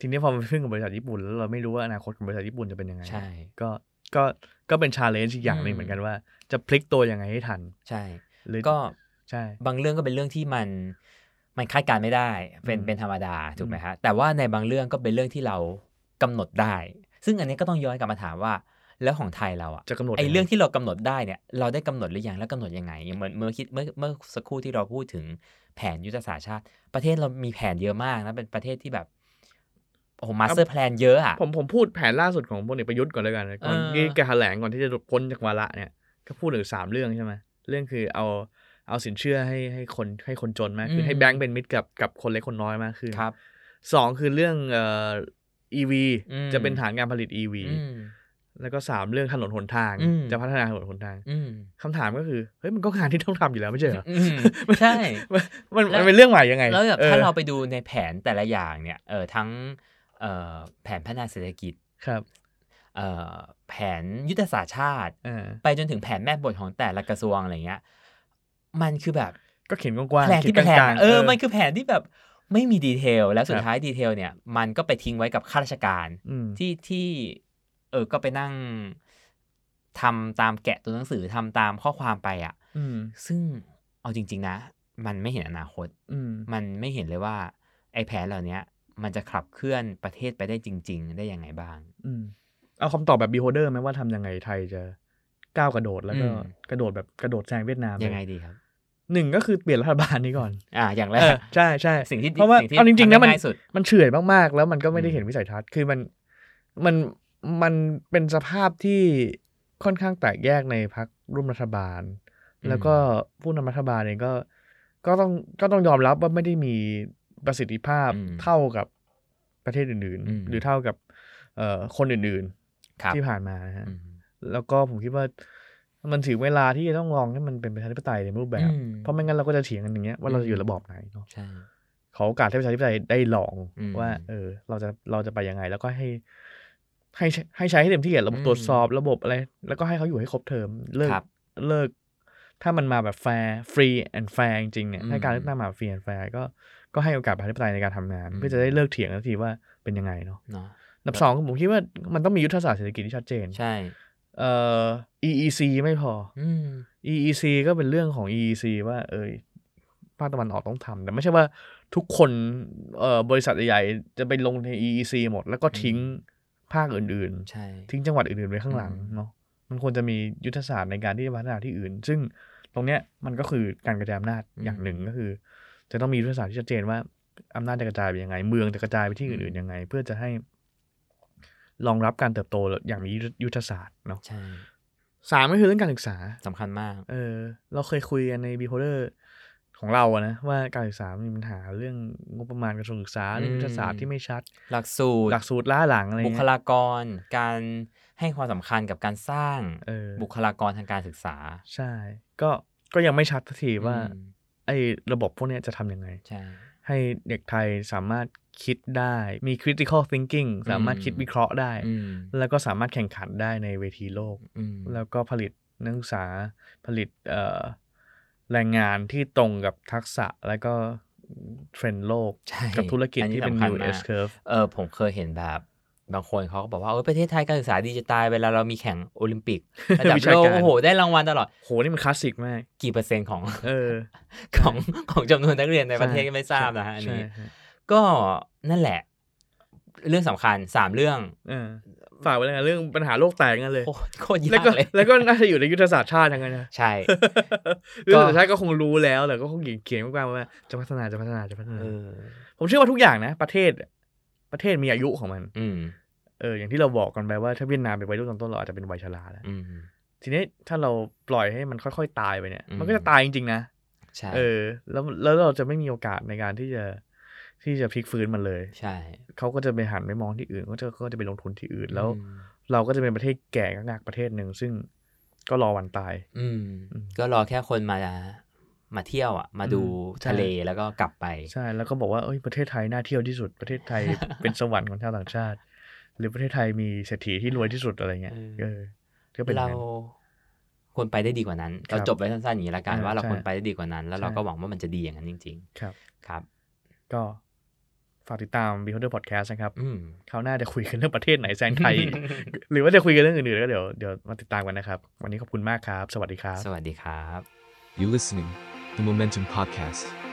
ทีนี้พอมันพึ่งกับบริษัทญี่ปุ่นแล้วเราไม่รู้ว่าอนาคตของบริษัทญี่ปุ่นจะเป็นยังไง ใช่ ก็ก็ก็เป็นชาเลนจ์อีกอย่างหนึ่งอืม เหมือนกันว่าจะพลิกตัวยังไงให้ทัน ใช่ หรือ ก็ ใช่ บางเรื่องก็เป็นเรื่องที่มันมันคาดการณ์ไม่ได้ เป็น อืม เป็นธรรมดาถูกไหม อืม ฮะแต่ว่าในบางเรื่องก็เป็นเรื่องที่เรากำหนดได้ ซึ่งอันนี้ก็ต้องย้อนกลับมาถามว่า แล้วของไทยเราอะ จะกำหนด ไอ ยังง เรื่องที่เรากำหนดได้เนี่ยเราได้กำหนดหรือยังแล้วกำหนดยังไงเหมือนเมื่อคิดเมื่อเมื่อสักครู่ที่เราพูดถึงแผนยุทธศาสตร์ชาติ ประเทศเรามีแผนเยอะมากนะเป็นประเทศที่แบบโอ้โหมาสเตอร์แพลนเยอะอะ ผมผมพูดแผนล่าสุดของพลเอกประยุทธ์ก่อนเลยกันนะก่อน เออ ที่แกแถลงก่อนที่จะพ้นจากวาระเนี่ย ก็พูดถึงสามเรื่องใช่ไหมเรื่องคือเอา เอาสินเชื่อให้ให้คนให้คนจนมากขึ้ อื น ม ให้แบงก์เป็นมิตรกับกับคนเล็กคนน้อยมากขึ้น ครับ สองคือเรื่องเอ่อ EV อืม จะเป็นฐานการผลิต EV อืม แล้วก็สามเรื่องถนนหนทาง อืม จะพัฒนาถนนหนทาง อืม คำถามก็คือเฮ้ยมันก็งานที่ต้องทำอยู่แล้วไม่ใช่เหรอ อืมใช่ มันมัน แล้ว มันเป็นเรื่องใหม่ยังไง แล้วแบบ ออ ถ้าเราไปดูในแผนแต่ละอย่างเนี่ยเออทั้งเอ่อแผนพัฒนาเศรษฐกิจ ครับ เอ่อแผนยุทธศาสตร์ชาติ อ่า ไปจนถึงแผนแม่บทของแต่ละกระทรวงอะไรเงี้ยมันคือแบบ ก็เขียนกว้าง แผน ๆเขีย ที่ น เป็นแผ กลาน งๆ เออ เออ มันคือแผนที่แบบไม่มีดีเทล แล้วสุ ค ด รับ ท้ายดีเทลเนี่ยมันก็ไปทิ้งไว้กับข้าราชการ อืม ที่ที่เออก็ไปนั่งทำตามแกะตัวหนังสือทำตามข้อความไปอะ่ะ อืม ซึ่งเอาจริง ๆ นะ มันไม่เห็นอนาคต อืม มันไม่เห็นเลยว่า ไอ้แผนเหล่าเนี้ย มันจะขับเคลื่อนประเทศไปได้จริง ๆ ได้ยังไงบ้าง อืมเอาคำตอบแบบ beholder ไหมว่าทำยังไงไทยจะก้าวกระโดดแล้วก็ อืม กระโดดแบบกระโดดแซงเวียดนามเล ยังไงดีครับ หนึ่งก็คือเปลี่ยนรัฐบาลนี้ก่อน อ่า อย่างแร เอก อใช่ใช่ สิ่งที่ เพราะว่า สิ่ที่ เอาจริงๆ ทำ นะมัน ง่ายสุด มันเฉื่อยมากๆ แล้วมันก็ไม่ได้ อืม เห็นวิสัยทัศน์คือมันมันมันเป็นสภาพที่ค่อนข้างแตกแยกในพรรคร่วมรัฐบาล แล้วก็ผู้นำรัฐบาลเองก็ก็ต้องก็ต้องยอมรับว่าไม่ได้มีประสิทธิภาพ อืม เท่ากับประเทศอื่น อืม ๆ หรือเท่ากับเอ่อคนอื่น ครับ ๆ ที่ผ่านมานะฮะ อืม แล้วก็ผมคิดว่ามันถึงเวลาที่จะต้องลองให้มันเป็นประชาธิปไตยในรูปแบบ อืม เพราะไม่งั้นเราก็จะเถียงกันอย่างเงี้ยว่าเรา อื จะ ม อยู่ระบอบไหนเนาะ ใช่ ขอโอกาสให้ประชาธิปไตยได้ลอง อืม ว่า เออ เราจะเราจะไปยังไง แล้วก็ให้ให้ใช้ให้ใช้ให้เต็มที่อะระบบ อืม ตรวจสอบระบบอะไร แล้วก็ให้เขาอยู่ให้ครบเทอมเลิก ครับ เลิก ถ้ามันมาแบบแฟร์ฟรีแอนแฟร์จริงๆเนี่ย อืม ถ้าการเลือกตั้งมาฟรีแอนแฟร์ก็ก็ให้โอกาสประชาธิปไตยในการทำงาน อืม เพื่อจะได้เลิกเถียงกันสักทีว่าเป็นยังไงเนาะ เนาะ อันดับสองผมคิดว่ามันต้องมียุทธศาสตร์เศรษฐกิจที่ชัดเจน ใช่ เอ่อ EEC ไม่พอ อืม EEC ก็เป็นเรื่องของ EEC ว่าเอยภาคตะวันออกต้องทำแต่ไม่ใช่ว่าทุกคนเอ่อบริษัทใหญ่ๆจะไปลงใน EEC หมด แล้วก็ทิ้งภาคอื่น ใช่ ๆ ทิ้งจังหวัดอื่นๆไว้ข้างหลัง อืม เนาะมันควรจะมียุทธศาสตร์ในการที่จะพัฒนาที่อื่น ซึ่งตรงเนี้ยมันก็คือการกระจายอำนาจอย่างหนึ่งก็คือ จะต้องมียุทธศาสตร์ที่ชัดเจนว่าอำนาจจะกระจายไปยังไง เมืองจะกระจายไปที่อื่นๆยังไง เพื่อจะให้รองรับการเติบโตอย่างมียุทธศาสตร์เนาะ ใช่ สามก็คือเรื่องการศึกษา สำคัญมาก เออเราเคยคุยกันใน Beholder ของเราอะนะ ว่าการศึกษามันมีปัญหาเรื่องงบประมาณกระทรวงศึกษาเรื่องยุทธศาสตร์ที่ไม่ชัด หลักสูตร หลักสูตรล้าหลังอะไร บุ เงี้ ค ย ลากร การให้ความสำคัญกับการสร้าง เออ บุคลากรทางการศึกษา ใช่ ก็ก็ยังไม่ชัดสักทีว่า อืม ไอ้ระบบพวกเนี้ยจะทำยังไง ใช่ ให้เด็กไทยสามารถคิดได้ มี critical thinking สามารถคิดวิเคราะห์ได้ อืม แล้วก็สามารถแข่งขันได้ในเวทีโลก อืม แล้วก็ผลิตนักศึกษาผลิตเอ่อแรงงานที่ตรงกับทักษะแล้วก็เทรนด์โลก ใช่ กับธุรกิจ อั ที่เป็น สำคัญ new มาก S curve เออผมเคยเห็นแบบ บางคนเขาก็บอกว่าโอ้ยประเทศไทยการศึกษาดีจะตายเวลาเรามีแข่งโอลิมปิ ก ระดับ วิชา โลก การ โอ้โห ได้รางวัลตลอด โห นี่มันคลาสสิกมาก กี่เปอร์เซ็นต์ของ เออ ของของจำนวนนักเรียนในประเทศก็ไม่ทราบนะฮะอัน ใช่ นี้ ฮะ ก็นั่นแหละ เรื่องสำคัญสามเรื่อง เออฝากไว้เลยนะเรื่องปัญหาโลกแตกกันเลย โอ้โหโคตร แล้ว ยาก ก็ เลย แล้วก็น่าจะอยู่ในยุทธศาสตร์ชาติทั้งนั้นนะ ใช่ ยุทธศาสตร์ชาติก็คงรู้แล้วแต่ก็คงเขียนกว้างๆว่าจะพัฒนาจะพัฒนาจะพัฒนา เออ ผมเชื่อว่าทุกอย่างนะ ประเทศ ประเทศมีอายุของมัน อืม เอออย่างที่เราบอกกันไปว่าถ้าเวียดนามเป็นวัยรุ่นตอนต้นเราอาจจะเป็นวัยชราแล้ว อืม ทีนี้ถ้าเราปล่อยให้มันค่อยๆตายไปเนี่ย อืม มันก็จะตายจริงๆนะ ใช่ เออ แล้วแล้วเราจะไม่มีโอกาสในการที่จะที่จะพลิกฟื้นมันเลย ใช่ เขาก็จะไปหันไปมองที่อื่นก็จะก็จะไปลงทุนที่อื่น แล้ว อืม เราก็จะเป็นประเทศแก่งักๆประเทศหนึ่งซึ่งก็รอวันตาย อืม อืม ก็รอแค่คนมามาเที่ยวอ่ะ มาดู ใช่ ทะเลแล้วก็กลับไป ใช่แล้วก็บอกว่าเอ้ยประเทศไทยน่าเที่ยวที่สุดประเทศไทย เป็นสวรรค์ของชาวต่างชาติ หรือประเทศไทยมีเศรษฐีที่รวยที่สุดอะไรเงี้ย เออ เออก็เป็นอย่า เรา งนั้น ควรไปได้ดีกว่านั้น ครั เรา บ จบไว้สั้นๆอย่างนี้ละกัน อ่า ว่าเรา ใช่ ควรไปได้ดีกว่านั้น แล้ว ใช่ เราก็หวังว่ามันจะดีอย่างนั้นจริง ครับ ๆ ครับ ก็ฝากติดตาม Beholder Podcast นะครับ อืม คราวหน้าจะคุยกันเรื่องประเทศไหนแซงไทย หรือว่าจะคุยกันเรื่องอื่นๆก็เดี๋ยวเดี๋ยวมาติดตามกันนะครับ วันนี้ขอบคุณมากครับ สวัสดีครับ สวัสดีครับ You listening, the Momentum Podcast.